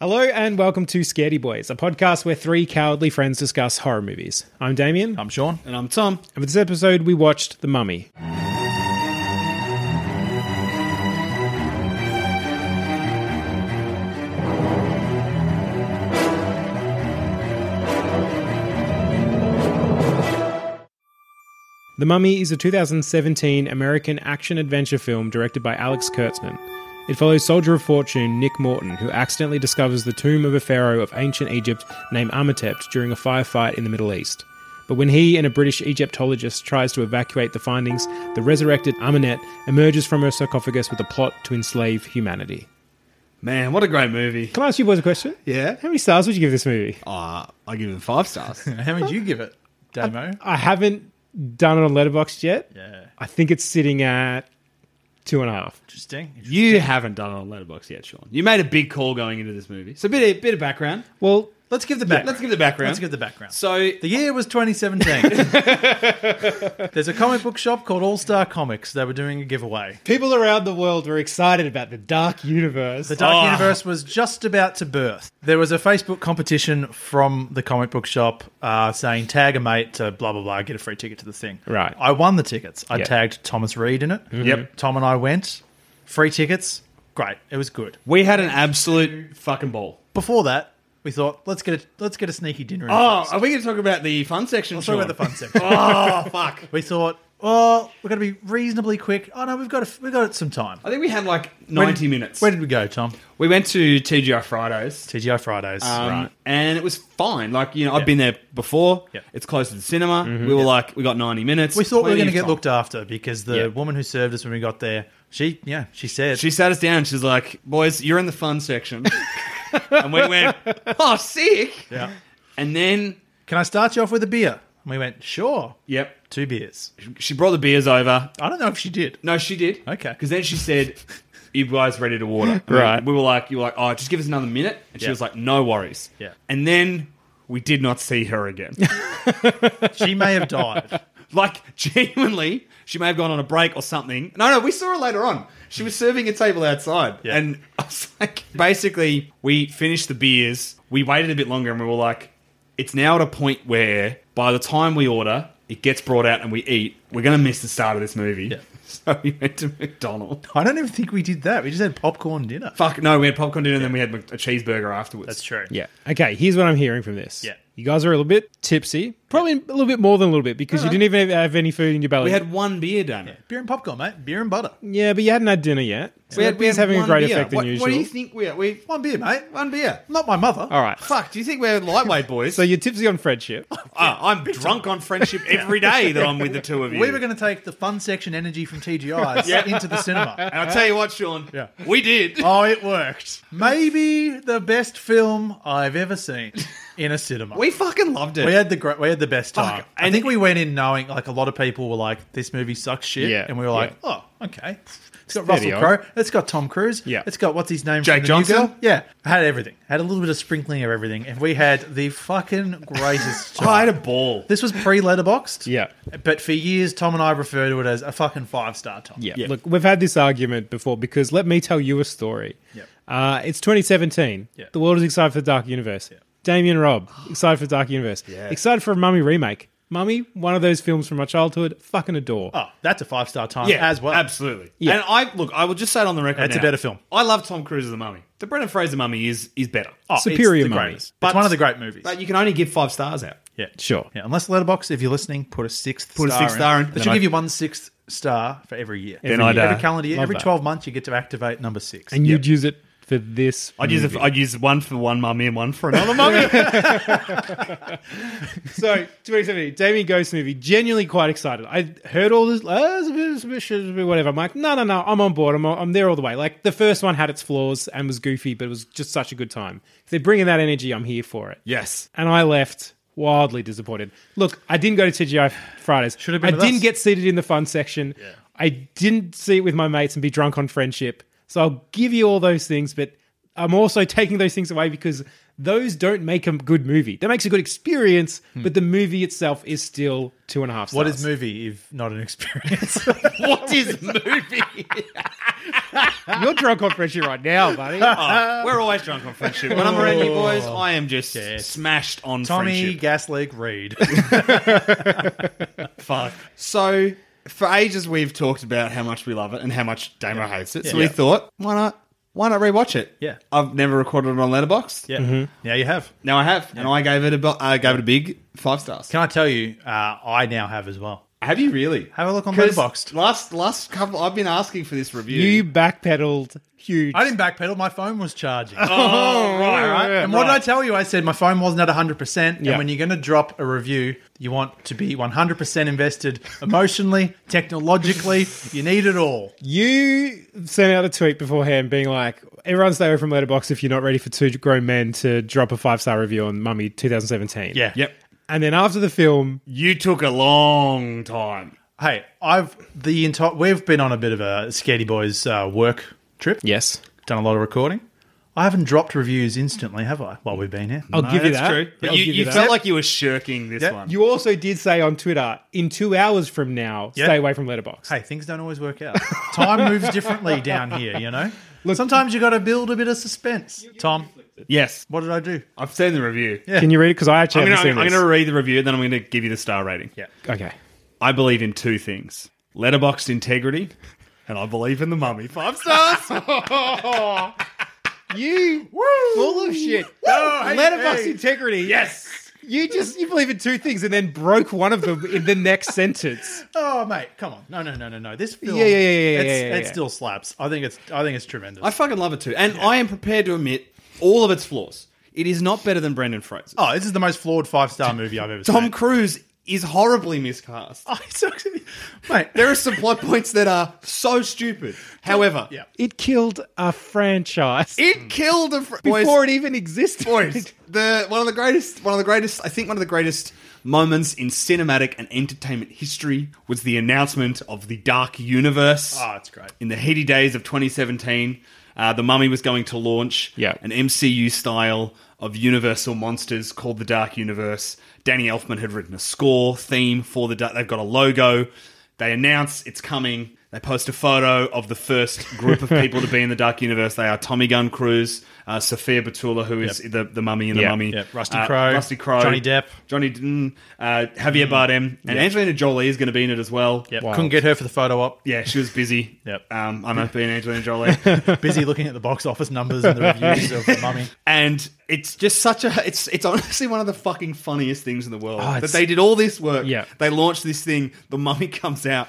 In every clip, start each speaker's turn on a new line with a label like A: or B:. A: Hello and welcome to Scaredy Boys, a podcast where three cowardly friends discuss horror movies. I'm Damien.
B: I'm Sean.
C: And I'm Tom.
A: and for this episode, we watched The Mummy. The Mummy is a 2017 American action adventure film directed by Alex Kurtzman. It follows soldier of fortune Nick Morton, who accidentally discovers the tomb of a pharaoh of ancient Egypt named Ametep during a firefight in the Middle East. But when he and a British Egyptologist tries to evacuate the findings, the resurrected Amenet emerges from her sarcophagus with a plot to enslave humanity.
B: Man, what a great movie.
A: Can I ask you boys a question?
B: Yeah.
A: How many stars would you give this movie?
C: Oh.
B: Uh,
C: Ah,
B: I give it five stars. How many do you give it, Damo?
A: I haven't done it on Letterboxd yet.
B: Yeah.
A: I think it's sitting at two and a half.
B: Interesting.
C: You haven't done it on Letterbox yet, Sean. You made a big call going into this movie. So a bit, a bit of background.
A: Well,
B: Let's give the
C: Yeah,
B: background.
C: let's give the background.
B: Let's give the background.
C: So
B: the year was 2017. There's a comic book shop called All Star Comics. They were doing a giveaway.
A: people around the world were excited about the Dark Universe.
B: The Dark
C: Oh.
A: Ah.
B: Universe was just about to birth. There was a Facebook competition from the comic book shop uh, saying tag a mate to blah blah blah, get a free ticket to the thing.
A: Right.
B: I won the tickets. I
A: Yeah. Mm-hmm.
B: tagged Thomas Reed in it. Yep. Tom and I went. Free tickets. Great. It was good.
C: we had an absolute fucking ball.
B: Before that, we thought let's get a let's get a sneaky dinner. In
C: Oh,
B: first.
C: are we going to talk about the fun section?
B: Let's talk about the fun section.
C: oh fuck!
B: We thought, oh, we're going to be reasonably quick. Oh no, we've got a, we've got some time.
C: I think we had like ninety
B: Where-
C: minutes.
B: Where did we go, Tom?
C: we went to TGI Fridays.
B: TGI Fridays.
C: Um, And it was fine. Like, you know, I've been there before.
B: Yeah. Mm-hmm.
C: It's close to the cinema. We were like, we got 90 minutes.
B: We thought we were
C: Plenty
B: going to
C: of
B: get
C: time.
B: looked after because the
C: Yeah.
B: woman who served us when we got there, she yeah, she said
C: She sat us down. She's like, boys, you're in the fun section. and we went, oh, sick.
B: yeah.
C: And then,
B: Can I start you off with a beer? And we went, sure.
C: yep,
B: Two beers.
C: she brought the beers over.
B: I don't know if she did.
C: No, she did.
B: Okay.
C: Because then she said, you guys ready to water?
A: Right.
C: We were like, you were like, oh, just give us another minute. And she
B: Yeah.
C: was like, no worries.
B: Yeah.
C: And then we did not see her again.
B: She may have died.
C: Like, genuinely, she may have gone on a break or something. No, no, we saw her later on. She was serving a table outside.
B: Yeah.
C: And I was like, basically, we finished the beers. We waited a bit longer and we were like, it's now at a point where by the time we order, it gets brought out and we eat. We're going to miss the start of this movie.
B: Yeah.
C: So we went to McDonald's.
B: I don't even think we did that. We just had popcorn dinner.
C: Fuck, no, we had popcorn dinner and then we had a cheeseburger afterwards.
B: That's true.
A: yeah. Okay, here's what I'm hearing from this.
B: Yeah.
A: You guys are a little bit tipsy, probably a little bit more than a little bit because you didn't even have any food in your belly.
C: We had one beer, done.
B: Beer and popcorn, mate. Beer and butter.
A: yeah, but you hadn't had dinner yet. So
C: We had,
A: that
C: we
A: beer's
C: had
A: having a
C: one
A: greater
C: beer.
A: effect than
C: what,
A: usual.
C: What do you think we are? We,
B: One beer, mate.
C: one beer.
B: Not my mother.
A: All right.
C: Fuck, do you think we're lightweight boys?
A: So you're tipsy on friendship.
C: Ah, I'm drunk on friendship every day that I'm with the two of you.
B: We were going to take the fun section energy from TGI's into the cinema.
C: And I'll tell you what, Sean.
B: Yeah.
C: We did.
B: Oh, it worked. Maybe the best film I've ever seen in a cinema.
C: We fucking loved it.
B: We had the great, we had the best
C: Fuck.
B: time. I
C: And
B: think
C: it-
B: we went in knowing like a lot of people were like, "This movie sucks shit,"
A: Yeah,
B: and we were like, "Oh, okay." It's got Russell
A: Video.
B: Crowe. It's got Tom Cruise.
A: Yeah.
B: It's got what's his name?
C: Jake
B: from The New
C: Johnson?
B: Girl? Yeah. Had everything. Had a little bit of sprinkling of everything, and we had the fucking greatest time.
C: Oh, I had a ball.
B: This was pre letterboxed.
A: Yeah.
B: But for years, Tom and I refer to it as a fucking five star Tom.
A: Yeah. Look, we've had this argument before because let me tell you a story.
B: Yep.
A: Uh, it's 2017.
B: Yeah.
A: The world is excited for the Dark Universe. Damien Robb, excited for Dark Universe. Excited for a Mummy remake. Mummy, one of those films from my childhood, fucking adore.
B: Oh, that's a five star time
C: Yeah,
B: as well.
C: Absolutely.
A: Yeah.
C: And I look, I will just say it on the record.
B: It's a
C: now.
B: better film.
C: I love Tom Cruise's The Mummy. The Brendan Fraser Mummy is is better.
B: Oh,
A: Superior
B: it's the
A: Mummy.
B: greatest. It's one of the great movies.
C: But you can only give five stars out.
B: yeah,
A: Sure.
B: Yeah, unless Letterbox, if you're listening, put a sixth.
C: Put a sixth star in.
B: They
C: Then
B: should
C: I-
B: give you one sixth star for every year.
C: Then
B: every,
C: I'd,
B: every
C: uh,
B: calendar year,
A: love
B: every
A: that.
B: twelve months, you get to activate number six.
A: And you'd use it for this.
C: I'd use, a, I'd use one for one mummy and one for another mummy.
A: So 2017, Damien Ghost movie. Genuinely quite excited. I heard all this, "Oh, it's a bit- it's a bit- it's a bit whatever. I'm like, no, no, no. I'm on board. I'm, I'm there all the way. Like the first one had its flaws and was goofy, but it was just such a good time. If they're bringing that energy, I'm here for it.
C: yes.
A: And I left wildly disappointed. Look, I didn't go to TGI Fridays. Should
B: have been
A: I
B: with
A: didn't
B: us.
A: get seated in the fun section. I didn't see it with my mates and be drunk on friendship. So I'll give you all those things, but I'm also taking those things away because those don't make a good movie. That makes a good experience, but the movie itself is still two and a half stars.
B: Hmm. What is movie if not an experience?
C: What is movie?
A: You're drunk on friendship right now, buddy.
C: Oh, we're always drunk on friendship. When I'm around you boys, I am just smashed on
B: Tommy
C: friendship.
B: Gas Leak Reed.
C: Fuck. So for ages we've talked about how much we love it and how much Damo hates it. So we thought, why not? Why not rewatch it?
B: Yeah.
C: I've never recorded it on Letterboxd.
B: yeah,
C: Mm-hmm.
B: now you have.
C: Now I have, and I gave it a bu- I gave it a big five stars.
B: Can I tell you? Uh, I now have as well.
C: have you really?
B: Have a look on
C: 'Cause
B: Letterboxd.
C: Last last couple, I've been asking for this review.
A: You backpedaled huge.
B: I didn't backpedal. My phone was charging.
C: oh, right, right.
B: and what did I tell you? I said my phone wasn't at 100%.
A: Yeah.
B: And when you're going to drop a review, you want to be 100% invested emotionally, technologically. You need it all.
A: You sent out a tweet beforehand being like, everyone stay away from Letterbox if you're not ready for two grown men to drop a five star review on Mummy 2017.
B: Yeah.
C: Yep.
A: And then after the film,
C: You took a long time.
B: Hey, I've the entire we've been on a bit of a scaredy boys uh, work trip.
A: yes,
B: Done a lot of recording. I haven't dropped reviews instantly, have I? While we've been here,
A: I'll give you that.
C: But
A: I'll
C: you,
A: give
C: you
A: that.
C: felt like you were shirking this
B: Yeah.
C: one.
A: You also did say on Twitter, in two hours from now,
B: Yeah.
A: stay away from Letterbox.
B: hey, things don't always work out. Time moves differently down here, you know. Sometimes you got to build a bit of suspense. Tom,
C: yes,
B: what did I do?
C: I've seen the review.
A: Can you read it? Because I actually
C: I'm
A: haven't
C: going
A: seen
C: to read the review, and then I'm going to give you the star rating. Yeah.
A: this. okay.
C: I believe in two things: letterboxed integrity, and I believe in the mummy. Five stars.
A: You full of shit.
C: hey,
A: Letterbox
C: Oh, hey.
A: integrity.
C: yes.
A: You just you believe in two things and then broke one of them in the next sentence.
B: Oh, mate, come on! No, no, no, no, no. This film,
A: Yeah, yeah, yeah, yeah,
B: it's,
A: yeah, yeah,
B: it
A: yeah.
B: still slaps. I think it's, I think it's tremendous.
C: I fucking love it too, and I am prepared to admit all of its flaws. It is not better than Brendan Fraser.
B: oh, this is the most flawed five star movie I've ever
C: Tom
B: seen.
C: Cruise is horribly miscast.
B: Oh, it's actually, mate.
C: There are some plot points that are so stupid. However,
B: Yeah.
A: It killed a franchise.
C: it killed a fr-
A: before
C: boys,
A: it even existed.
C: boys, the one of the greatest, one of the greatest, I think one of the greatest moments in cinematic and entertainment history was the announcement of the Dark Universe.
B: Oh, it's great.
C: In the heady days of 2017, uh, the Mummy was going to launch
A: Yeah.
C: an MCU style of Universal monsters called the Dark Universe. Danny Elfman had written a score theme for the. Dark. They've got a logo. They announce it's coming. They post a photo of the first group of people to be in the Dark Universe. They are Tommy Gunn Cruz, uh, Sophia Batula, who is the, the mummy in the
A: Yeah.
C: mummy,
B: Yep. Rusty
C: uh,
B: Crowe,
C: Rusty Crowe,
B: Johnny Depp.
C: Johnny mm, uh, Javier Bardem, and Angelina Jolie is going to be in it as well.
B: Yep.
A: Wild.
B: Couldn't get her for the photo op.
C: Yeah, she was busy.
B: Yep.
C: Um, I know being Angelina Jolie.
B: Busy looking at the box office numbers and the reviews of the mummy.
C: and it's just such a it's it's honestly one of the fucking funniest things in the world
B: Oh,
C: that
A: it's-
C: they did all this work.
A: Yeah.
C: They launched this thing, the mummy comes out,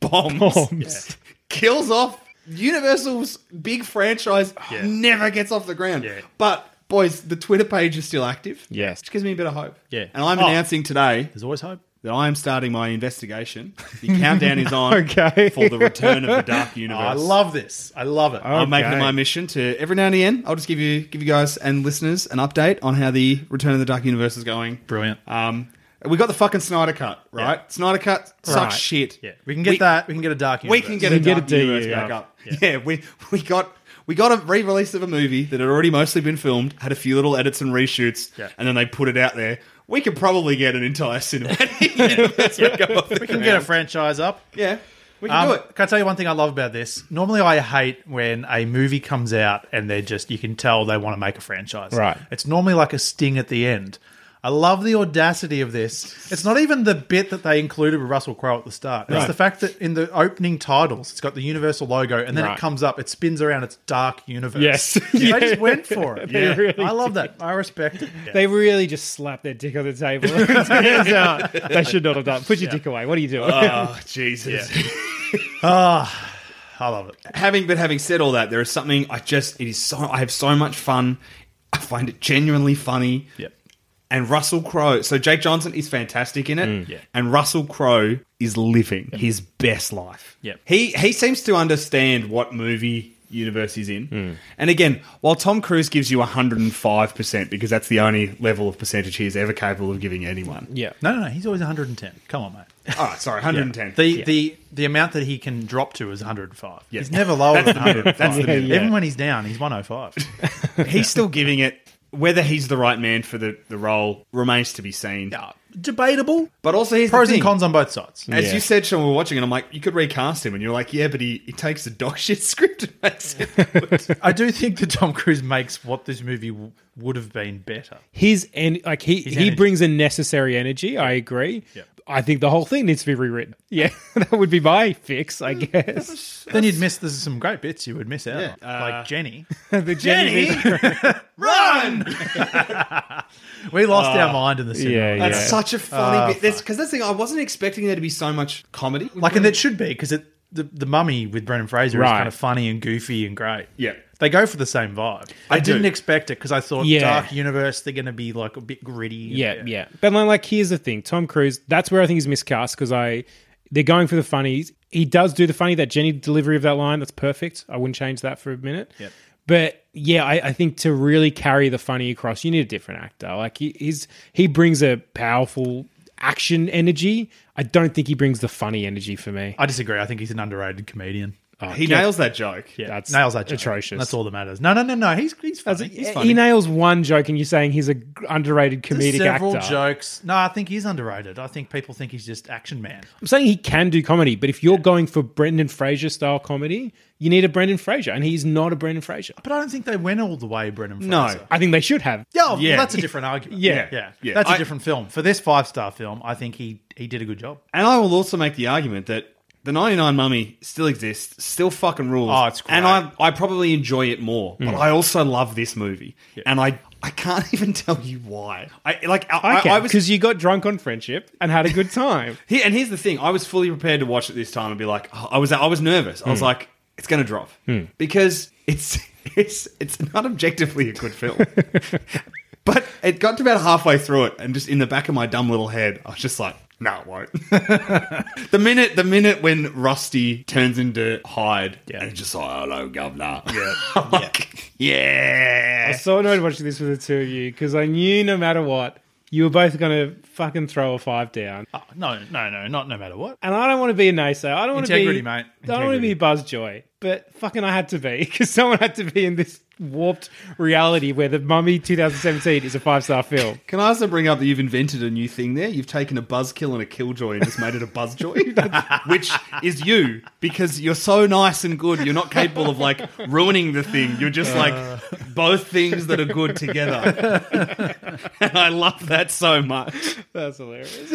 C: bombs,
A: Bombs.
C: kills off Universal's big franchise
B: Yeah.
C: never gets off the ground.
B: Yeah.
C: But boys, the Twitter page is still active.
A: Yes.
C: Which gives me a bit of hope.
B: Yeah.
C: And I'm
B: Oh.
C: announcing today
B: There's always hope.
C: that I am starting my investigation. The countdown is on
A: Okay.
C: for the return of the dark universe.
B: I love this. I love it.
C: I'm making it
A: Okay.
C: my mission to every now and again. I'll just give you give you guys and listeners an update on how the Return of the Dark Universe is going.
B: Brilliant.
C: Um, we got the fucking Snyder cut, right?
B: Yeah.
C: Snyder cut sucks
A: Right.
C: shit.
B: yeah, we can get that. We can get a dark.
C: We
B: Universe.
C: can get
A: We
C: a
A: can
C: Dark
A: get a
C: Universe
A: DU
C: back
A: up.
C: up. Yeah. we we got we got a re-release of a movie that had already mostly been filmed, had a few little edits and reshoots,
B: Yeah.
C: and then they put it out there. We could probably get an entire cinematic universe.
B: we can get a franchise up.
C: Yeah. We can
B: Um,
C: do it.
B: Can I tell you one thing I love about this? Normally, I hate when a movie comes out and they're just, you can tell they want to make a franchise.
A: Right.
B: It's normally like a sting at the end. I love the audacity of this. It's not even the bit that they included with Russell Crowe at the start. It's
A: Right.
B: the fact that in the opening titles, it's got the Universal logo and then
A: Right.
B: it comes up, it spins around its dark universe.
A: Yes.
B: They just went for it.
A: They Yeah. really
B: I love that. I respect it.
A: They really just slapped their dick on the table. It's hands out. They should not have done. Put your dick away. What are you doing?
C: Oh, Jesus.
B: Ah, I love it.
C: having but having said all that, there is something I just it is so I have so much fun. I find it genuinely funny.
B: Yep.
C: And Russell Crowe, so Jake Johnson is fantastic in it,
B: Mm.
C: and Russell Crowe is living his best life.
B: Yep.
C: He he seems to understand what movie universe he's in.
B: Mm.
C: And again, while Tom Cruise gives you 105% because that's the only level of percentage he is ever capable of giving anyone.
A: yeah.
B: No, no, no. He's always 110. Come on, mate.
C: All right, sorry, 110.
B: The the the amount that he can drop to is 105.
C: Yeah.
B: He's never lower than 105.
C: That's the minimum.
B: Even when he's down, he's 105.
C: he's still giving it. Whether he's the right man for the, the role remains to be seen.
B: Yeah, Debatable.
C: But also, here's
B: Pros
C: the thing.
B: and cons on both sides.
C: As
A: Yeah.
C: you said, Sean, we were watching, and I'm like, you could recast him, and you're like, yeah, but he, he takes the dog shit script and makes it. good.
B: I do think that Tom Cruise makes what this movie w- would have been better.
A: His and like he he
B: energy.
A: brings a necessary energy. I agree.
B: Yeah.
A: I think the whole thing needs to be rewritten. Yeah, that would be my fix, I guess.
B: Then you'd miss. There's some great bits you would miss out.
C: Yeah. uh,
B: on. like Jenny,
A: the Jenny,
C: Run!
B: we lost our mind in the cinema.
A: Uh, Yeah, yeah.
C: That's such a
B: Ah,
C: funny bit. Because that's the thing, I wasn't expecting there to be so much comedy.
B: Like, and it should be because it the, the mummy with Brendan Fraser is
A: Mm-hmm. Right.
B: kind of funny and goofy and great.
C: Yeah.
B: They go for the same vibe. I,
C: do.
B: didn't expect it because I thought
A: Yeah.
B: Dark Universe, they're going to be like a bit gritty. and-
A: yeah, yeah, But like, like, here's the thing: Tom Cruise. That's where I think he's miscast because I they're going for the funnies. He does do the funny. That Jenny delivery of that line, that's perfect. I wouldn't change that for a minute.
B: Yep.
A: But yeah, I, I think to really carry the funny across, you need a different actor. Like he, he's he brings a powerful action energy. I don't think he brings the funny energy for me.
B: I disagree. I think he's an underrated comedian.
C: he nails that joke.
B: Yeah,
A: Oh, That's
B: nails that joke.
A: atrocious.
B: That's all that matters. No, no, no, no. He's he's funny. he's funny.
A: He nails one joke, and you're saying he's a g- underrated
B: There's
A: comedic
B: several
A: actor.
B: jokes. No, I think he's underrated. I think people think he's just action man.
A: I'm saying he can do comedy, but if you're going for Brendan Fraser style comedy, you need a Brendan Fraser, and he's not a Brendan Fraser.
B: But I don't think they went all the way, Brendan Fraser.
C: No.
A: I think they should have.
B: Yeah, well,
C: Yeah.
B: that's a different argument.
A: Yeah.
B: yeah,
C: Yeah.
B: That's a
C: I-
B: different film. For this five star film, I think he he did a good job.
C: And I will also make the argument that the 99 Mummy still exists, still fucking rules.
B: Oh, it's great. Mm.
C: And I, I probably enjoy it more, but I also love this movie. And I, I can't even tell you why. I like I, I, I was
A: because you got drunk on friendship and had a good time.
C: Here, and here's the thing: I was fully prepared to watch it this time and be like, oh, I was, I was nervous. I was like, it's going to drop because it's, it's, it's not objectively a good film. but it got to about halfway through it, and just in the back of my dumb little head, I was just like, no, it won't. the minute, the minute when Rusty turns into Hyde,
B: Yeah.
C: and it's just like, hello, governor. Yeah, like, yeah.
A: I was so annoyed watching this with the two of you because I knew no matter what, you were both going to fucking throw a five down.
B: Oh, no, no, no, not no matter what.
A: And I don't want to be a naysayer. I don't want to be
B: Integrity, mate.
A: I don't want to be
B: Integrity.
A: Buzz Joy, but fucking I had to be because someone had to be in this warped reality where the Mummy 2017 is a five star film.
C: Can I also bring up that you've invented a new thing there? You've taken a buzzkill and a killjoy and just made it a buzzjoy, which is you because you're so nice and good. You're not capable of like ruining the thing. You're just
A: Uh.
C: like both things that are good together. and I love that so much.
A: That's hilarious.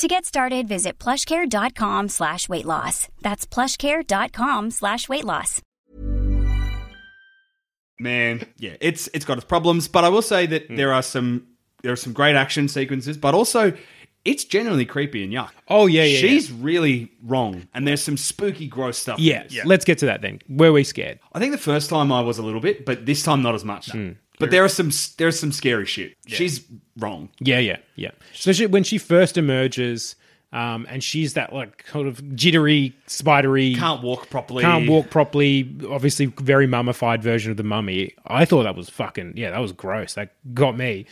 D: To get started, visit plushcare.com slash weight loss. That's plushcare.com slash weight loss.
C: Man, yeah, it's it's got its problems, but I will say that
A: Hmm.
C: there are some there are some great action sequences, but also it's genuinely creepy and yuck.
A: Oh, yeah, yeah,
C: She's really wrong, and there's some spooky, gross stuff. in
A: Yeah,
C: this.
A: let's get to that then. Were we scared?
C: I think the first time I was a little bit, but this time not as much. But there are some there's some scary shit. She's wrong.
A: Yeah, yeah, yeah. So she, when she first emerges, um, and she's that like kind of jittery, spidery,
C: Can't walk properly.
A: can't walk properly, obviously very mummified version of the mummy. I thought that was fucking yeah, that was gross. That got me.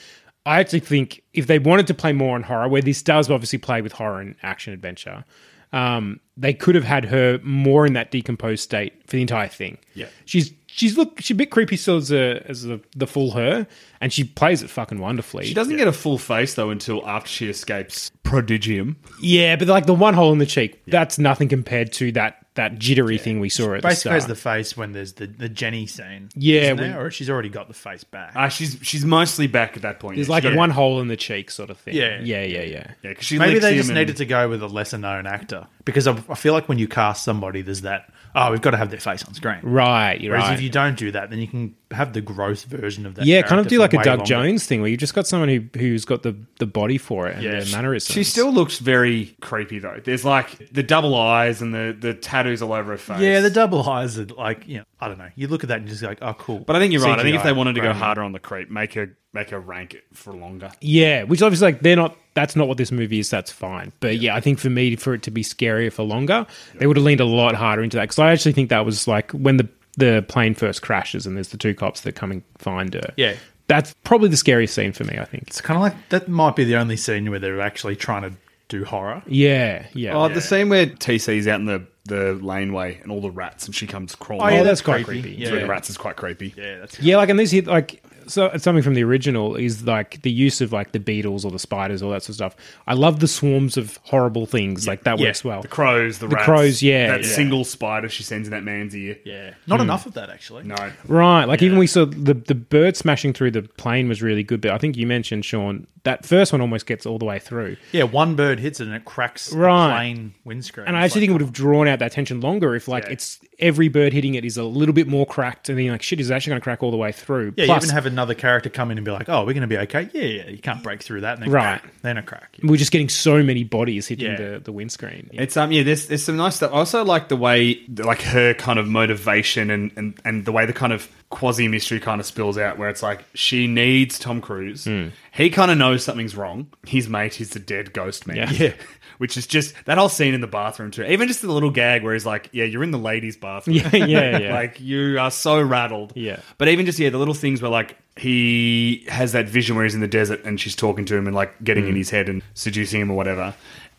A: I actually think if they wanted to play more on horror, where this does obviously play with horror and action adventure, um, they could have had her more in that decomposed state for the entire thing.
C: Yeah.
A: she's she's look she's a bit creepy still as a, as the the full her, and she plays it fucking wonderfully.
C: She doesn't get a full face though until after she escapes Prodigium.
A: yeah, but like the one hole in the cheek, that's nothing compared to that that jittery thing we saw at the
B: Basically,
A: start.
B: has the face when there's the, the Jenny scene.
A: Yeah,
B: isn't
A: when-
B: there? or she's already got the face back.
C: Uh, she's she's mostly back at that point.
A: There's
C: Yeah,
A: like
C: she got-
A: one hole in the cheek sort of thing.
B: Yeah.
A: yeah, yeah, yeah.
C: Yeah, 'cause she
B: Maybe
C: licks
B: they
C: him
B: just
C: and-
B: needed to go with a lesser known actor because I, I feel like when you cast somebody, there's that oh we've got to have their face on screen.
A: Right, you're
B: Whereas
A: right.
B: if you don't do that, then you can have the gross version of that.
A: yeah, kind of
B: character
A: do
B: for
A: like a
B: way
A: Doug
B: longer.
A: Jones thing where you just got someone who who's got the the body for it and
B: Yeah,
A: the
B: she-
A: mannerisms.
C: She still looks very creepy though. There's like the double eyes and the the tattoos all over her face.
B: Yeah, the double eyes are like you know I don't know. You look at that and just like oh cool.
C: But I think you're right. I think if
B: CGI,
C: they wanted to go
B: great.
C: harder on the creep, make her make her rank it for longer.
A: yeah, which obviously like they're not. That's not what this movie is. That's fine. But yeah, I think for me, for it to be scarier for longer, they would have leaned a lot harder into that because I actually think that was like when the the plane first crashes and there's the two cops that come and find her.
B: Yeah.
A: that's probably the scariest scene for me. I think.
B: It's kind of like that might be the only scene where they're actually trying to do horror.
A: Yeah, yeah.
C: Oh, the scene where TC's out in the, the laneway and all the rats and she comes crawling.
B: Oh, yeah,
A: Oh,
C: up
A: that's
B: that's
A: quite
B: creepy.
A: creepy.
B: Yeah.
C: through the rats is quite creepy.
B: Yeah, that's
A: Yeah, like and these hit like so something from the original is like the use of like the beetles or the spiders, all that sort of stuff. I love the swarms of horrible things like that
B: yeah,
A: works well.
C: The crows, the,
A: The
C: rats,
A: crows, yeah,
C: that
A: yeah.
C: single spider she sends in that man's ear.
B: yeah. Not
A: Hmm.
B: enough of that actually.
C: No,
A: Right, like even we saw the the bird smashing through the plane was really good, but I think you mentioned Sean that first one almost gets all the way through,
B: Yeah, one bird hits it and it cracks the
A: Right.
B: plain windscreen.
A: and I actually think it would have drawn out that tension longer if like it's every bird hitting it is a little bit more cracked, and then you're like shit is it actually going to crack all the way through.
B: Yeah,
A: Plus,
B: you even have another character come in and be like, "Oh, we're going to be okay." Yeah, yeah, you can't break through that. And then
A: Right.
B: then a crack.
A: we're just getting so many bodies hitting
B: Yeah.
A: the the windscreen.
C: It's um yeah, there's there's some nice stuff. I also like the way like her kind of motivation and and and the way the kind of quasi mystery kind of spills out where it's like she needs Tom Cruise.
A: Hmm.
C: He kind of knows something's wrong. His mate is the dead ghost man.
A: Yeah. Yeah.
C: Which is just that whole scene in the bathroom too. Even just the little gag where he's like, "Yeah, you're in the ladies' bathroom.
A: Yeah, yeah, yeah.
C: like you are so rattled.
A: Yeah.
C: But even just yeah, the little things where like he has that vision where he's in the desert and she's talking to him and like getting in his head and seducing him or whatever.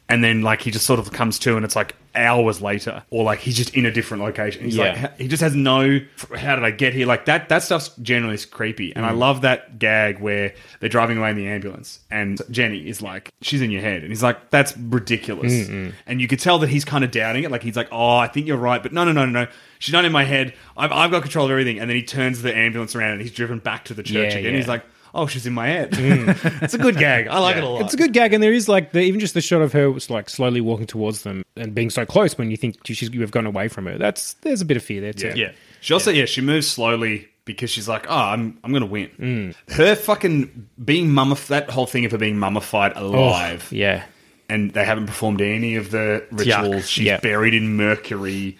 C: And then like he just sort of comes to and it's like hours later or like he's just in a different location. He's
A: Yeah.
C: like h- he just has no f- how did I get here? Like that that stuff's generally is creepy.
A: Mm.
C: And I love that gag where they're driving away in the ambulance and Jenny is like she's in your head and he's like that's ridiculous.
A: Mm,
C: And you could tell that he's kind of doubting it like he's like oh I think you're right but no no no no no she's not in my head. I've, I've got control of everything. And then he turns the ambulance around and he's driven back to the church
A: Yeah,
C: again.
A: yeah. Mm.
C: He's like, oh, she's in my head. it's a good gag. I like it a lot.
A: It's a good gag, and there is like the, even just the shot of her was like slowly walking towards them and being so close when you think she's you have gone away from her. That's there's a bit of fear there too.
C: Yeah. She also, yeah, she moves slowly because she's like, oh, I'm, I'm going to win. Her fucking being mummified, that whole thing of her being mummified
A: Oh,
C: alive.
A: yeah.
C: And they haven't performed any of the rituals.
B: yuck.
C: She's
A: Yeah. Hmm.
C: buried in mercury,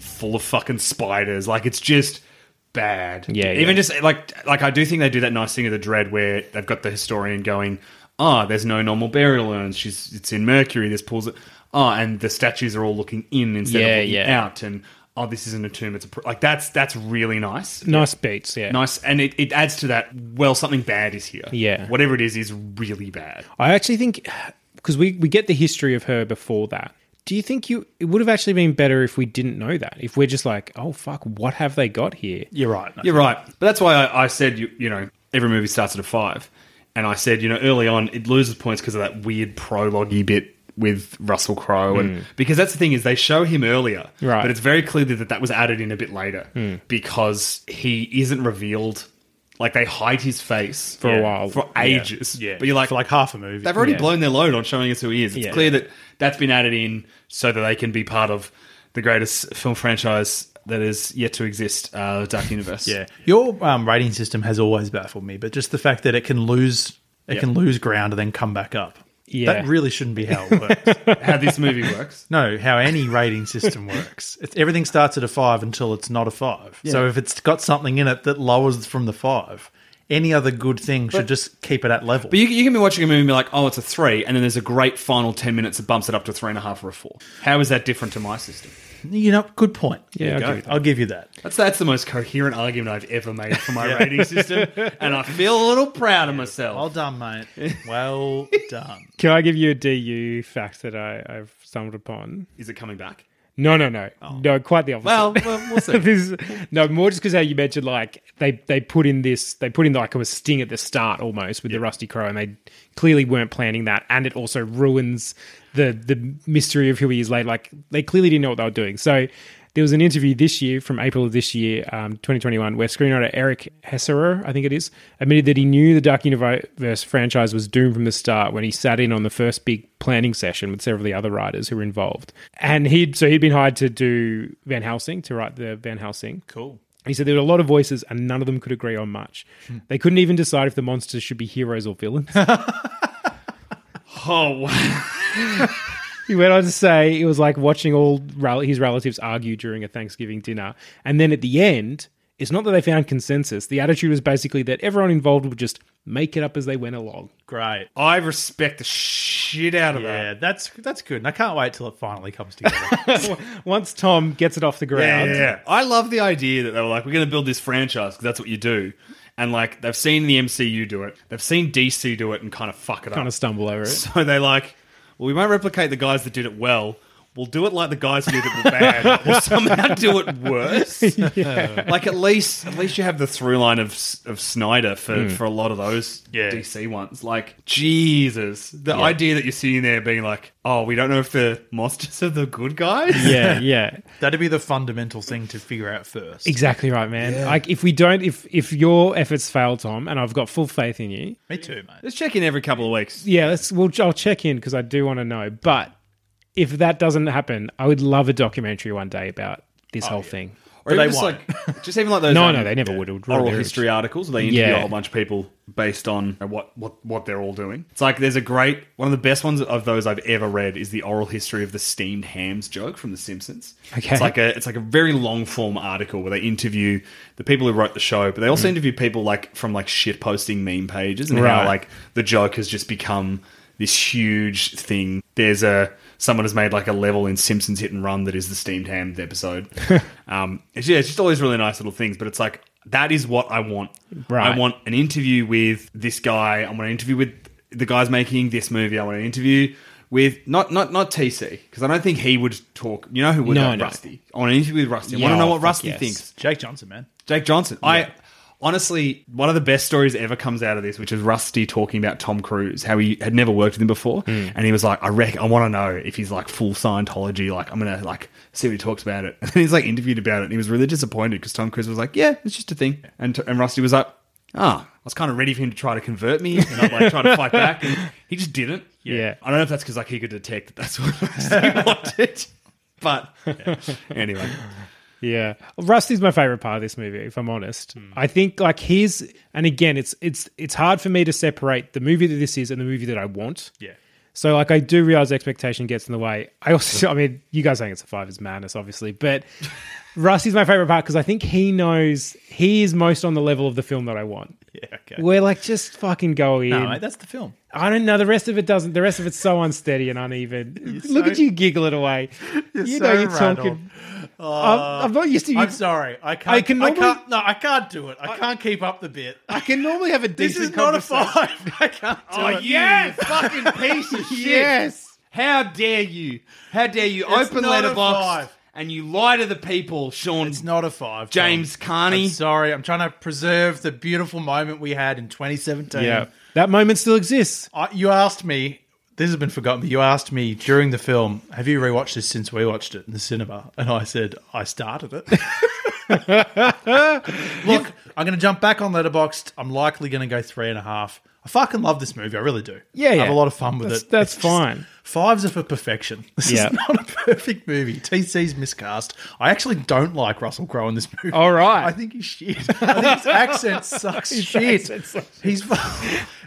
C: full of fucking spiders. Like, it's just bad.
A: Yeah,
C: Even
A: yeah.
C: just like, like I do think they do that nice thing of the dread where they've got the historian going, ah, there's no normal burial urns. She's, it's in mercury. This pulls it. Ah, and the statues are all looking in instead
A: Yeah,
C: of looking
A: yeah.
C: out. And, oh, this isn't a tomb. It's a, pr-. like, that's, that's really nice.
A: Nice beats. Yeah.
C: Nice, and it, it adds to that. Well, something bad is here.
A: Yeah.
C: whatever it is is really bad.
A: I actually think because we we get the history of her before that. Do you think you it would have actually been better if we didn't know that? If we're just like, oh fuck, what have they got here?
B: You're right.
C: You're right. But that's why I, I said, you, you know, every movie starts at a five. And I said, you know, early on, it loses points because of that weird prologue bit with Russell Crowe, and
A: Mm.
C: because that's the thing is they show him earlier,
A: Right.
C: But it's very clear that that was added in a bit later
A: Mm.
C: because he isn't revealed. Like they hide his face
A: For a while.
C: for
A: Yeah.
C: ages.
A: Yeah.
C: but you're like
B: for like half a movie.
C: They've already
A: Yeah.
C: blown their load on showing us who he is. It's
A: Yeah.
C: clear that that's been added in so that they can be part of the greatest film franchise that is yet to exist, uh, the Dark Universe.
B: Yeah, your um, rating system has always baffled me, but just the fact that it can lose it
C: Yeah.
B: can lose ground and then come back up.
C: Yeah.
B: that really shouldn't be how it works.
C: How this movie works.
B: No, how any rating system works. It's, everything starts at a five until it's not a five.
C: Yeah.
B: So if it's got something in it that lowers from the five, any other good thing
C: But-
B: should just keep it at level.
C: But you, you can be watching a movie and be like, oh, it's a three, and then there's a great final 10 minutes that bumps it up to three and a half or a four. How is that different to my system?
B: You know, good point.
C: Yeah,
B: There you
C: I'll
B: go.
C: give you that.
B: I'll give you that.
C: That's, that's the most coherent argument I've ever made for my rating system, and I feel a little proud of myself.
B: Well done, mate. Well done.
A: Can I give you a DU fact that I, I've stumbled upon?
C: Is it coming back?
A: No, no, no, no. Quite the opposite.
C: Oh. Well, well, we'll see.
A: this is, no, more just because how you mentioned like they they put in this they put in like a sting at the start almost with the Rusty Crow, and they clearly weren't planning that, and it also ruins the the mystery of who he is later. Like they clearly didn't know what they were doing. So there was an interview this year from April of this year, um, 2021, where screenwriter Eric Hesserer, I think it is, admitted that he knew the Dark Universe franchise was doomed from the start when he sat in on the first big planning session with several of the other writers who were involved. And he'd so he'd been hired to do Van Helsing to write the Van Helsing.
B: Cool.
A: He said there were a lot of voices and none of them could agree on much. They couldn't even decide if the monsters should be heroes or villains.
C: Oh, wow.
A: He went on to say it was like watching all rel- his relatives argue during a Thanksgiving dinner. And then at the end, it's not that they found consensus. The attitude was basically that everyone involved would just make it up as they went along.
B: Great.
C: I respect the shit out of that.
B: Yeah, that's that's good. And I can't wait till it finally comes together.
A: Once Tom gets it off the ground,
C: I love the idea that they were like, we're going to build this franchise because that's what you do. And like, they've seen the MCU do it, they've seen DC do it and kind of fuck it
A: kind
C: up.
A: of stumble over it.
C: So they like, well, we won't replicate the guys that did it well. We'll do it like the guys who did it were bad. we'll somehow do it worse. Like at least, at least you have the through line of of Snyder for, for a lot of those
B: Yeah.
C: DC ones. Like Jesus, the idea that you're sitting there being like, oh, we don't know if the monsters are the good guys.
A: Yeah, yeah.
B: That'd be the fundamental thing to figure out first.
A: Exactly right, man. Like if we don't if if your efforts fail, Tom, and I've got full faith in you.
B: Me too, mate.
C: Let's check in every couple of weeks.
A: Yeah, let's we'll I'll check in because I do want to know. But if that doesn't happen, I would love a documentary one day about this whole thing.
C: Or
B: But
C: even
B: they
C: just
B: won't.
C: like just even like those.
A: No,
C: um,
A: no, they never would. It would ruin
C: Oral
A: their
C: history
A: image.
C: articles. They interview
A: Yeah.
C: a whole bunch of people based on what, what what they're all doing. It's like there's a great one of the best ones of those I've ever read is the oral history of the steamed hams joke from The Simpsons.
A: Okay.
C: it's like a it's like a very long form article where they interview the people who wrote the show, but they also
A: Mm.
C: interview people like from like shit posting meme pages and
A: Right.
C: how like the joke has just become this huge thing. There's a someone has made like a level in Simpsons Hit and Run that is the steamed ham episode. um, it's, yeah, it's just always really nice little things, but it's like that is what I want.
A: Right.
C: I want an interview with this guy. I want an interview with the guys making this movie. I want an interview with not not not TC because I don't think he would talk. You know who would?
A: No,
C: though?
A: no.
C: Rusty. I want an interview with Rusty. I
A: Yeah,
C: want to know
A: oh,
C: what
A: fuck
C: Rusty
A: yes.
C: thinks.
B: Jake Johnson, man.
C: Jake Johnson. I honestly, one of the best stories ever comes out of this, which is Rusty talking about Tom Cruise, how he had never worked with him before, and he was like, "I reckon I want to know if he's like full Scientology. Like, I'm gonna like see what he talks about it." And then he's like interviewed about it, and he was really disappointed because Tom Cruise was like, "Yeah, it's just a thing," and and Rusty was like, "Ah." I was kind of ready for him to try to convert me and I'm like trying to fight back, and he just didn't.
A: Yeah.
C: I don't know if that's because like he could detect that that's what Rusty wanted, but anyway,
A: Yeah, Rusty's my favorite part of this movie. If I'm honest,
B: Hmm.
A: I think like his and again, it's it's it's hard for me to separate the movie that this is and the movie that I want.
B: Yeah.
A: So like I do realize expectation gets in the way. I also, I mean, you guys saying it's a five is madness, obviously, but Rusty's my favorite part because I think he knows he is most on the level of the film that I want.
B: Yeah, okay.
A: We're like just fucking go in.
B: no, mate, that's the film.
A: I don't know. The rest of it doesn't. The rest of it's so unsteady and uneven. Look
B: so-
A: at you giggle it away. You're you know
B: so
A: you're
B: right
A: talking.
B: Uh,
A: I'm, I'm not used to you.
B: I'm sorry. I can't.
A: I can normally-
B: can't, no, I can't do it. I, can't keep up the bit.
A: I can normally have a
B: This
A: decent
B: is not a
A: conversation.
B: five. I can't do
C: Oh,
B: it.
C: yes, fucking piece of shit.
A: Yes.
C: How dare you? How dare you
B: It's
C: open
B: not a
C: letterbox
B: five.
C: and you lie to the people, Sean?
B: It's not a five. Tom.
C: James Carney.
B: I'm sorry. I'm trying to preserve the beautiful moment we had in 2017.
A: Yeah, that moment still exists.
B: I, you asked me This has been forgotten, but you asked me during the film, have you rewatched this since we watched it in the cinema? And I said, I started it. Look, I'm going to jump back on Letterboxd. I'm likely going to go three and a half. I fucking love this movie. I really do.
A: Yeah,
B: I
A: yeah.
B: have a lot of fun with
A: That's-
B: it.
A: that's
B: It's just-
A: fine.
B: Fives are for perfection. This
A: Yeah.
B: is not a perfect movie. TC's miscast. I actually don't like Russell Crowe in this movie.
A: All right.
B: I think he's shit. I think his accent sucks
A: His
B: shit.
A: accent sucks
B: he's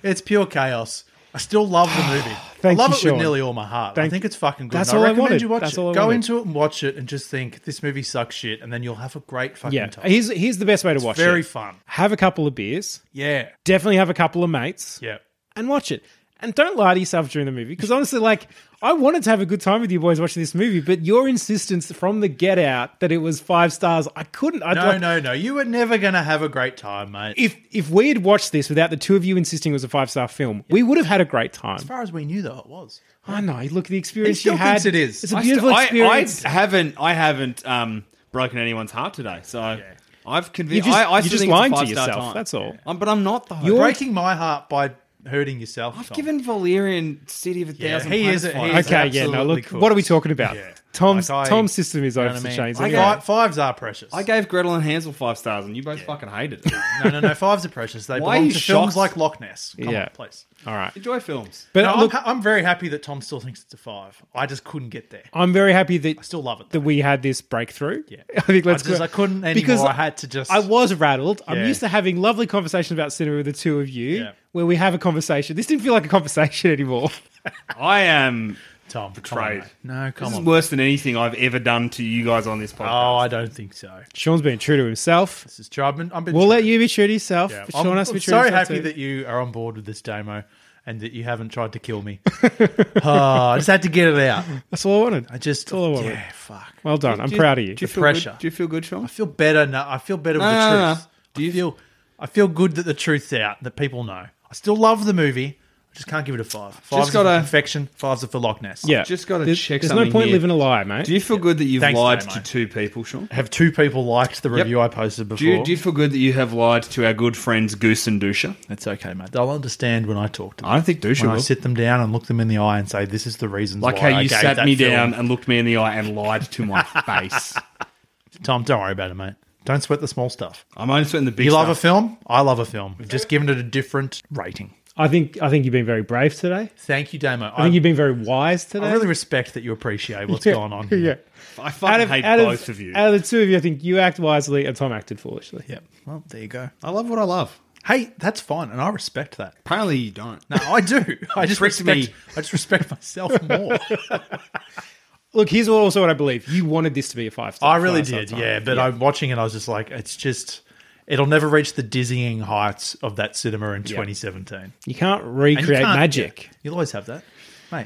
B: it's pure chaos. I still love the movie.
A: Thank
B: I love
A: you,
B: it
A: Sean.
B: with nearly all my heart. I
A: Thank-
B: think it's fucking good.
A: That's
B: and
A: all I
B: I recommend
A: wanted.
B: you watch
A: That's
B: it.
A: all I
B: Go
A: wanted.
B: into it and watch it and just think this movie sucks shit and then you'll have a great fucking
A: Yeah,
B: time.
A: here's here's the best way to
B: It's
A: watch it.
B: very fun.
A: Have a couple of beers.
B: Yeah.
A: Definitely have a couple of mates
B: Yeah.
A: and watch it. And don't lie to yourself during the movie because honestly, like I wanted to have a good time with you boys watching this movie, but your insistence from the get out that it was five stars, I couldn't. I'd
B: No,
A: like-
B: no, no. You were never gonna have a great time, mate.
A: If if we had watched this without the two of you insisting it was a five star film, we would have had a great time.
B: as far as we knew though, it was.
A: I know. Look, the experience
B: still
A: you had.
B: thinks it is.
A: It's a
C: I
A: beautiful
C: st- I-
A: experience.
C: I, haven't, I haven't um, broken anyone's heart today, so I've convinced.
A: You're just-
C: I, I
A: you're
C: still
A: just
C: think it's a
A: lying to
C: five-star
A: yourself,
C: time.
A: that's all.
C: Um, but I'm not though.
A: You're-
B: Breaking my heart by hurting yourself.
C: I've
B: Tom.
C: given Valerian City of a
B: Yeah,
C: Thousand.
B: he
C: Planets
B: is a- he
C: five.
B: is a It's
A: okay, yeah. Now
B: absolutely
A: look,
B: cooked.
A: what are we talking about?
B: Yeah.
A: Tom's
B: Like I-
A: Tom's system is
B: You know
A: over
B: what I
A: the
B: mean?
A: chains.
B: Fi-
A: anyway.
B: Fives are precious.
C: I gave Gretel and Hansel five stars, and you both fucking hated it.
B: no, no, no. Fives are precious. They
C: Why are
B: belong
C: you
B: to films
C: shocked?
B: like Loch Ness. Come
A: Yeah.
B: on, please.
A: All right,
C: Enjoy films.
A: but
B: No,
A: look,
B: I'm, ha- I'm very happy that Tom still thinks it's a five. I just couldn't get there.
A: I'm very happy that
B: I still love it.
A: that
B: Though.
A: we had this breakthrough.
B: Yeah.
A: I think let's
B: I just-
A: go-
B: I couldn't anymore.
A: because
B: I had to just-
A: I was rattled. I'm
B: Yeah.
A: used to having lovely conversations about cinema with the two of you,
B: Yeah.
A: where we have a conversation. This didn't feel like a conversation anymore.
C: I am.
B: Tom,
C: Betrayed.
B: Come on, mate. no, come
C: This is
B: on.
C: worse than anything I've ever done to you guys on this podcast.
B: Oh, I don't think so.
A: Sean's being true to himself.
B: This is true. I've been, I've been
A: We'll
B: true.
A: let you be true to yourself.
B: Yeah.
A: but
B: I'm,
A: Sean has to
B: I'm
A: be true
B: so
A: to himself
B: happy
A: too.
B: that you are on board with this demo and that you haven't tried to kill me. Ah, I just had to get it out.
A: That's all I wanted.
B: I just.
A: all I wanted.
B: Yeah, fuck.
A: well done. I'm
C: Do
A: proud of you.
C: Do you
B: The
C: feel
B: pressure.
C: Good? Do you feel good, Sean?
B: I feel better now. I feel better with
C: No,
B: the
C: no, no,
B: truth. Do you feel? I feel good that the truth's out. That people know. I still love the movie. I just can't give it a five. Five's
C: got
B: are
C: a-
B: for perfection. Fives are for Loch Ness.
A: yeah,
C: just gotta
A: there's,
C: check
A: There's no
C: something
A: point
C: here.
A: living a lie, mate.
C: Do you feel good that you've
B: Thanks,
C: lied
B: Damo.
C: to two people, Sean?
B: Have two people liked the review I posted before?
C: Do you, do you feel good that you have lied to our good friends Goose and Dusha?
B: That's okay, mate. They'll understand when I talk to them.
C: I don't think Dusha
B: when I
C: will.
B: sit them down and look them in the eye and say, "This is the reason."
C: like
B: why
C: how
B: I
C: you
B: gave
C: sat
B: that
C: me
B: film."
C: down and looked me in the eye and lied to my face.
B: Tom, don't worry about it, mate. Don't sweat the small stuff.
C: I'm only sweating the big
B: You love a
C: stuff.
B: film. I love a film. We've just given it a different rating.
A: I think I think you've been very brave today.
B: Thank you, Damo.
A: I think you've been very wise today.
B: I really respect that you appreciate what's
A: Yeah.
B: going on. Here.
A: Yeah.
C: I fucking hate both of, you.
A: Out of the two of you, I think you act wisely and Tom acted foolishly.
B: Yeah. Well, there you go.
C: I love what I love.
B: Hey, that's fine, and I respect that.
C: Apparently you don't.
B: No, I do. I just
C: Tricked
B: respect.
C: me.
B: I just respect myself more.
A: Look, here's what- also what I believe. You wanted this to be a five star.
B: I really
A: five-star
B: did.
A: time.
B: Yeah, but I'm watching it. I was just like, it's just. It'll never reach the dizzying heights of that cinema in 2017. And
A: you can't
B: you
A: recreate
B: can't-
A: magic.
B: yeah, you'll always have that, mate.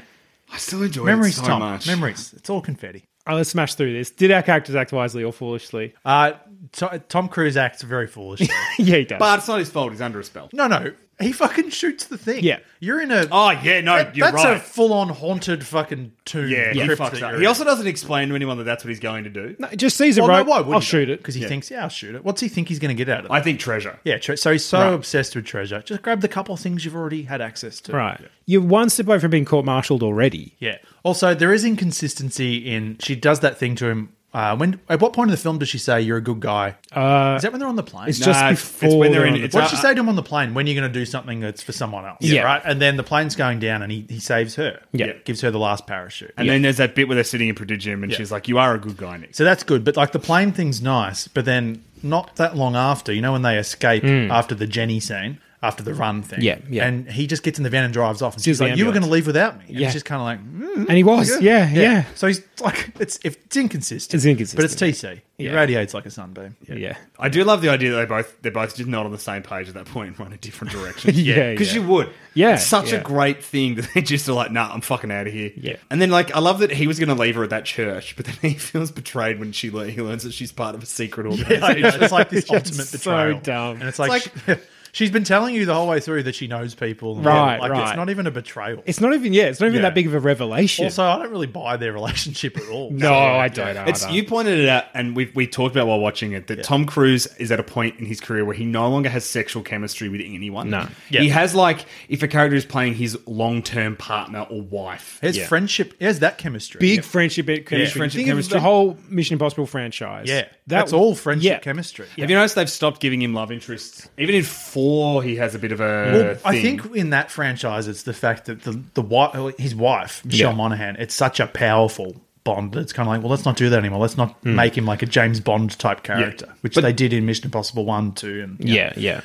C: I still enjoy
B: Memories,
C: it so
B: Tom.
C: much.
B: Memories. It's all confetti.
A: All right, Oh, let's smash through this. Did our characters act wisely or foolishly?
B: Uh, To- Tom Cruise acts very foolishly.
A: yeah, he does.
C: But it's not his fault. He's under a spell.
B: no, no, he fucking shoots the thing.
A: Yeah.
B: you're in a.
C: Oh, yeah, no,
B: That-
C: you're
B: that's
C: right.
B: a full-on haunted fucking tomb.
C: yeah, he
B: crypt
C: fucks
B: that
C: up.
B: you're
C: He
B: in.
C: also doesn't explain to anyone that that's what he's going to do.
A: No, it just sees a
B: Well,
A: rope.
B: no, why would
A: I'll shoot it.
B: Because he thinks, yeah, I'll shoot it. What's he think he's going to get out of it?
C: I think treasure.
B: yeah, tre- so he's so obsessed with treasure. Just grab the couple of things you've already had access to.
A: Right. You're one step away from being court martialed already.
B: Yeah. Also, there is inconsistency in she does that thing to him. Uh, when at what point in the film does she say you're a good guy? Uh, is that when they're on the plane?
A: It's just
C: it's- it's
A: before
C: when they're
A: they're
C: in-
A: on the
C: it's
A: plane.
B: What'd she say to him on the plane? When are you going to do something that's for someone else?
A: Yeah.
B: Right? And then the plane's going down and he, he saves her.
A: Yeah.
B: Gives her the last parachute.
C: And then there's that bit where they're sitting in Prodigium and she's like, You are a good guy, Nick.
B: so that's good. But like the plane thing's nice. But then not that long after, you know, when they escape after the Jenny scene, after the run thing.
A: Hmm. Yeah, yeah.
B: And he just gets in the van and drives off. And
A: Sees
B: she's
A: the
B: like, you were going
A: ambulance.
B: to leave without me. And
A: Yeah.
B: It's just kind of like, mm,
A: And he was. Yeah, yeah.
B: So he's like, it's if it's inconsistent.
A: It's inconsistent.
B: But it's TC. He
A: Yeah.
B: radiates like a sunbeam.
A: Yeah.
C: I do love the idea that they both they're both just not on the same page at that point and run in different directions.
A: Yeah,
C: because
A: yeah.
C: you would.
A: Yeah,
C: it's such
A: yeah.
C: a great thing that they just are like, nah, I'm fucking out of here.
A: Yeah.
C: and then like I love that he was going to leave her at that church, but then he feels betrayed when she le- he learns that she's part of a secret
B: Yeah, I
C: organization.
B: know. It's like this ultimate
A: so
B: betrayal.
A: dumb.
B: And
C: It's
B: it's like,
C: like-
B: She's been telling you the whole way through that she knows people. and-
A: Right,
B: like
A: right.
B: it's not even a betrayal.
A: It's not even yeah. It's not even
B: Yeah.
A: that big of a revelation.
B: Also, I don't really buy their relationship at all.
A: no, I don't. I
C: It's
A: don't.
C: you pointed it out, and we we talked about while watching it that Tom Cruise is at a point in his career where he no longer has sexual chemistry with anyone.
A: No.
C: he
B: Yeah.
C: has like if a character is playing his long term partner or wife.
B: His friendship, he has that chemistry.
A: big friendship chemistry.
C: friendship
A: Think
C: chemistry.
A: of the whole Mission Impossible franchise.
B: Yeah,
A: That
B: that's
A: w-
B: all friendship
A: yeah.
B: chemistry.
C: Have you noticed they've stopped giving him love interests? Even in four, he has a bit of a.
B: Well, I
C: thing.
B: think in that franchise, it's the fact that the the wife, his wife Michelle
C: Yeah.
B: Monaghan, it's such a powerful bond. that It's kind of like, well, let's not do that anymore. Let's not make him like a James Bond type character, which they did in Mission Impossible One, Two, and
A: Yeah, yeah.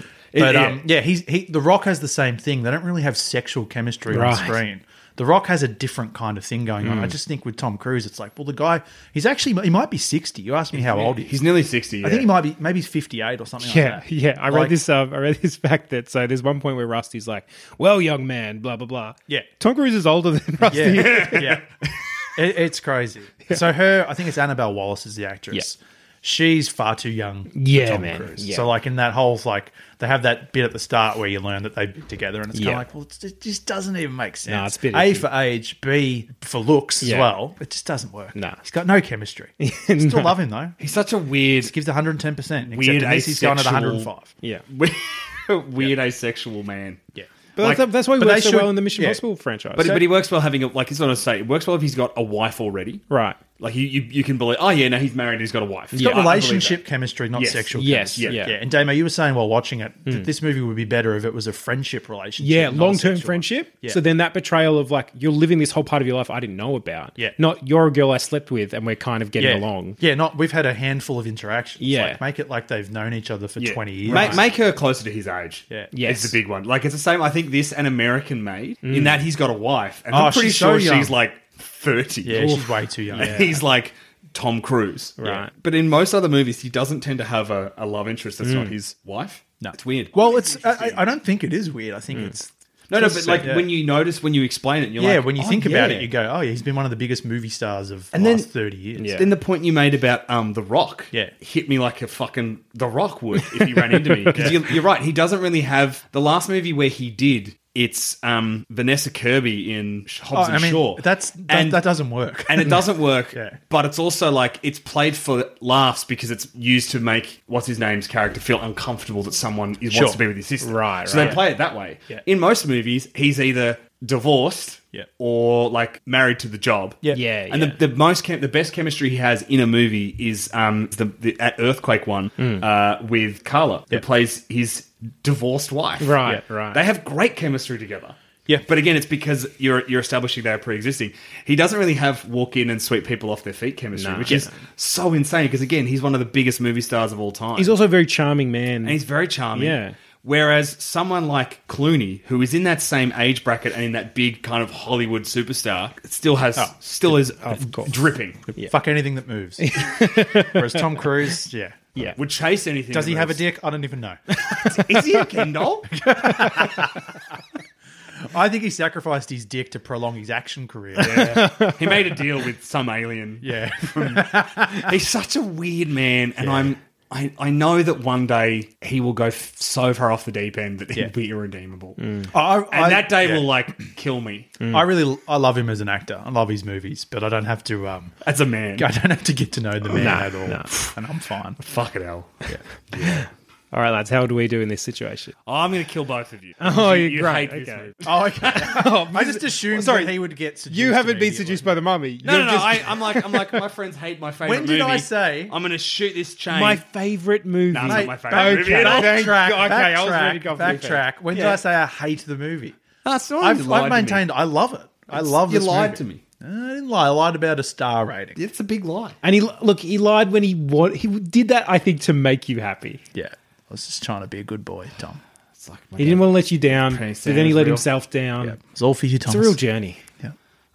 C: It-
B: But um, yeah, he's he. The Rock has the same thing. They don't really have sexual chemistry
A: Right.
B: on screen. The Rock has a different kind of thing going on. I just think with Tom Cruise, it's like, well, the guy he's actually he might be sixty. You asked me how old he is.
C: he's nearly sixty.
B: I think he
C: yeah.
B: might be maybe he's fifty eight or something.
A: Yeah,
B: like that.
A: yeah. I read
B: Like-
A: this. Uh, I read this fact that so there's one point where Rusty's like, "Well, young man, blah blah blah."
B: Yeah.
A: Tom Cruise is older than Rusty.
B: Yeah, yeah. It, it's crazy. So her, I think it's Annabelle Wallace is the actress. She's far too young. for
A: Yeah,
B: Tom
A: man.
B: Cruise.
A: Yeah.
B: So like in that whole like they have that bit at the start where you learn that they've been together, and it's
A: Yeah.
B: kind of like, well, it's, it just doesn't even make sense.
A: it's a bit
B: a
A: iffy.
B: for age, B for looks
A: Yeah.
B: as well. It just doesn't work.
A: Nah.
B: he's got no chemistry. Still love him though. He
C: He's such a weird,
B: gives 110. percent
C: weird
B: this, he's going at
C: asexual-
B: 105.
A: yeah.
C: weird asexual man.
B: Yeah,
A: But that's, that's why he
B: but
A: works
B: they
A: so
B: should-
A: well in the Mission
B: yeah.
A: Impossible franchise.
C: But, but he works well having a like it's not a say it works well if he's got a wife already.
A: right.
C: Like you, you, you can believe oh yeah, no, he's married, he's got a wife. He's
B: It's got relationship chemistry, not
C: Yes.
B: sexual
A: Yes,
B: chemistry.
A: yeah. Hmm.
B: yeah. And Damo, you were saying while watching it that this movie would be better if it was a friendship relationship.
A: Yeah,
B: not a
A: long term
B: sexual one.
A: friendship.
B: Yeah.
A: So then that betrayal of like you're living this whole part of your life I didn't know about.
B: Yeah.
A: Not you're a girl I slept with and we're kind of getting
B: yeah.
A: along.
B: Yeah, not we've had a handful of interactions.
A: Yeah.
B: Like, make it like they've known each other for 20 years.
C: Ma- Make, her closer to his age.
B: Yeah.
A: Yes.
C: It's a big one. Like it's the same I think this and American Made in that he's got a wife. And
B: Mm. Oh,
C: I'm pretty
B: she's so
C: sure
B: young.
C: she's like thirty.
B: yeah, she's way too young.
C: And he's like Tom Cruise.
A: Right.
C: But in most other movies he doesn't tend to have a, a love interest that's not his wife.
B: Mm. No.
C: It's weird.
B: Well, it's I, I- I don't think it is weird. I
A: Hmm.
B: think it's
C: no, no,
B: just
C: but
B: so-
C: like
B: yeah.
C: when you notice when you explain it, you're
B: yeah,
C: like
B: when you
C: "Oh,
B: think about
C: yeah."
B: it, you go, oh yeah, he's been one of the biggest movie stars of
C: And
B: the
C: then-
B: last 30 years.
A: Yeah.
C: Then the point you made about um the Rock,
B: Yeah.
C: hit me like a fucking the Rock would if he ran into me. 'Cause you- you're right, he doesn't really have the last movie where he did. It's um Vanessa Kirby in
B: Oh,
C: Hobbs
B: I
C: and
B: mean,
C: Shaw.
B: that's that,
C: and,
B: that doesn't work.
C: and it doesn't work.
B: Yeah.
C: But it's also like it's played for laughs because it's used to make what's his name's character feel uncomfortable that someone is,
B: Sure.
C: wants to be with his sister.
A: Right,
C: So
A: right.
C: they play it that way.
B: Yeah.
C: In most movies, he's either divorced
B: Yeah.
C: or like married to the job.
B: Yeah.
A: Yeah,
C: And
A: yeah.
C: The, the most chem- the best chemistry he has in a movie is um the, the at earthquake one uh, with Carla
B: Hmm. Yeah.
C: who plays his divorced wife.
A: Right, right.
C: They have great chemistry together.
B: Yeah.
C: But again, it's because you're you're establishing they're pre-existing. He doesn't really have walk in and sweep people off their feet chemistry,
A: No.
C: which
A: Yeah.
C: is so insane. Because again, he's one of the biggest movie stars of all time.
A: He's also a very charming man.
C: and he's very charming.
A: Yeah.
C: Whereas someone like Clooney, who is in that same age bracket and in that big kind of Hollywood superstar, still has still is uh,
A: course.
C: dripping.
B: Fuck anything that moves. Whereas Tom Cruise, yeah.
A: yeah.
C: Would chase anything.
B: Does
C: that
B: he have a
C: moves.
B: dick? I don't even know.
C: Is he a Kendall?
B: I think he sacrificed his dick to prolong his action career.
C: he made a deal with some alien.
B: Yeah.
C: He's such a weird man, and I'm. I, I know that one day he will go f- so far off the deep end that he'll
B: Yeah.
C: be irredeemable, and
B: I, I-
C: that day
B: yeah. Mm.
C: will like kill me
B: I really, I love him as an actor. I love his movies, but I don't have to. Um,
C: as a man.
B: I don't have to get to know the man
A: Nah,
B: at all,
A: nah.
B: and I'm fine.
C: Fuck it, hell.
A: All right, lads. How do we do in this situation?
C: I'm gonna kill both of you.
A: Oh,
C: you,
A: you're
C: you
A: great,
C: hate this
A: okay.
C: movie.
B: Oh, okay. I just assumed
A: sorry.
B: that he would get seduced.
A: You haven't been
B: immediately.
A: seduced by the mummy.
C: No, no, no. I, I'm like, I'm like, my friends hate my favorite.
B: When did I
C: movie.
B: say-
C: I'm gonna shoot this chain?
A: my favorite movie.
C: No, it's not my
B: Mate,
C: favorite movie at all.
A: thank
B: Backtrack.
A: God. Okay, I was ready to go for
B: Backtrack.
A: the defense.
B: Backtrack. When did
C: Yeah. Oh,
B: I say I hate the movie?
C: That's not
B: I've, I've maintained. I love it. I love.
C: You
B: this
C: lied
B: movie.
C: to
B: Uh,
C: me.
B: I didn't lie. I lied about a star rating.
C: It's a big lie.
A: And he look, he lied when he wa- he did that. I think to make you happy.
B: Yeah. I was just trying to be a good boy, Tom.
C: It's like my
A: He didn't want to let you down,
C: Pretty
A: but then he
C: sad,
A: let
C: real.
A: himself down.
B: It's all for you, Tom.
A: It's a real journey.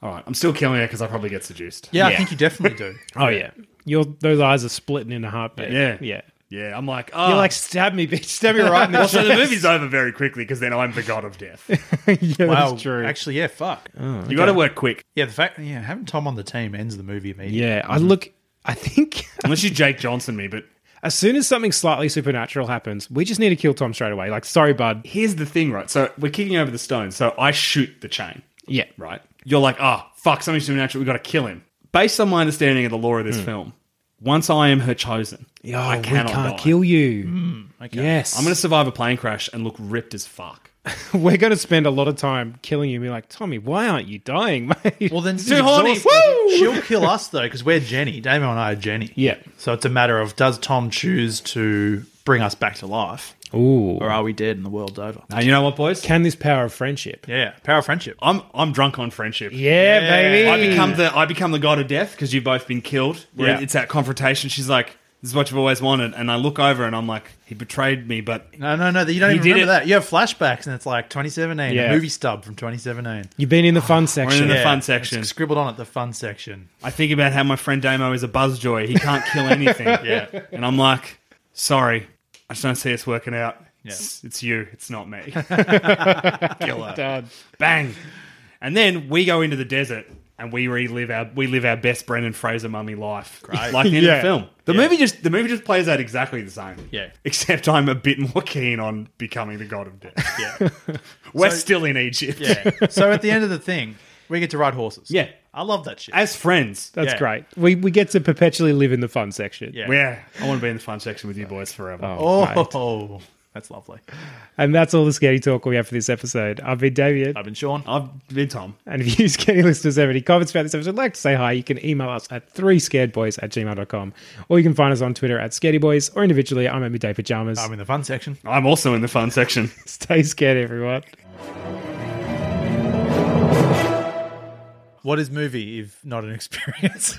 C: All right, I'm still killing it because I probably get seduced.
B: Yeah,
A: Yeah.
B: I think you definitely do.
A: Oh yeah, your those eyes are splitting in a heartbeat.
C: Yeah.
A: yeah.
C: yeah. I'm like, oh,
A: You're like stab me, bitch, stab me right in the
C: Well, so the
A: chest.
C: movie's over very quickly because then I'm the god of death.
A: yeah,
B: wow.
A: that's true.
B: Actually, yeah. Fuck.
C: You got to work quick,
B: Yeah, the fact yeah,
A: mm-hmm.
B: having Tom on the team ends the movie immediately.
A: yeah, I look. I think
C: unless you Jake Johnson me. But
A: As soon as something slightly supernatural happens, we just need to kill Tom straight away. Like, sorry, bud.
C: Here's the thing, right? So we're kicking over the stone. So I shoot the chain.
A: Yeah.
C: Right. You're like, oh, fuck, something supernatural. we got to kill him. Based on my understanding of the lore of this film, once I am her chosen,
A: Oh,
C: I
A: Hmm. we
C: cannot
A: can't
C: die.
A: kill you. Yes.
C: I'm going to survive a plane crash and look ripped as fuck.
A: We're going to spend a lot of time killing you and be like, Tommy, why aren't you dying, mate?
B: Well, then
C: Too horny.
B: exhausted.
C: Woo!
B: She'll kill us though because we're Jenny. Damon and I are Jenny.
A: Yeah.
B: So it's a matter of does Tom choose to bring us back to life,
A: Ooh.
B: or are we dead and the world's over?
C: Now, you know what, boys?
A: Can this power of friendship?
B: Yeah, power of friendship.
C: I'm I'm drunk on friendship.
A: Yeah, baby.
C: I become the I become the god of death because you've both been killed. Where
B: Yeah.
C: It's that confrontation. She's like, "This is what you've always wanted," and I look over and I'm like, "He betrayed me," but
B: No, no, no. You don't
C: He
B: even
C: did
B: remember
C: it.
B: that. You have flashbacks, and it's like 2017,
A: Yeah.
B: a movie stub from 2017.
A: You've been in the fun section.
C: the
B: Yeah,
C: fun section.
B: it's scribbled on it. The fun section.
C: I think about how my friend Damo is a buzzjoy. He can't kill anything. yeah, and I'm like, "Sorry, I just don't see us working out." It's, it's you. It's not me. Killer. Bang. And then we go into the desert and we relive our we live our best Brendan Fraser mummy life. Like in
A: Yeah.
C: the film. The movie just the movie just plays out exactly the same.
B: Yeah.
C: Except I'm a bit more keen on becoming the god of death. Yeah. We're still in Egypt.
B: Yeah. so at the end of the thing, we get to ride horses.
C: Yeah.
B: I love that shit.
C: As friends.
A: That's
B: Yeah.
A: great. We, we get to perpetually live in the fun section.
B: Yeah.
C: Yeah. I want to be in the fun section with you boys forever.
B: oh, that's lovely.
A: And that's all the scary talk we have for this episode. I've been David.
B: I've been Sean.
C: I've been Tom.
A: And if you skinny listeners have any comments about this episode, like to say hi, you can email us at 3scaredboys at gmail.com. Or you can find us on Twitter at scaredyboys or individually, I'm at midday pajamas.
B: I'm in the fun section.
C: I'm also in the fun section.
A: Stay scared, everyone.
B: What is movie if not an experience?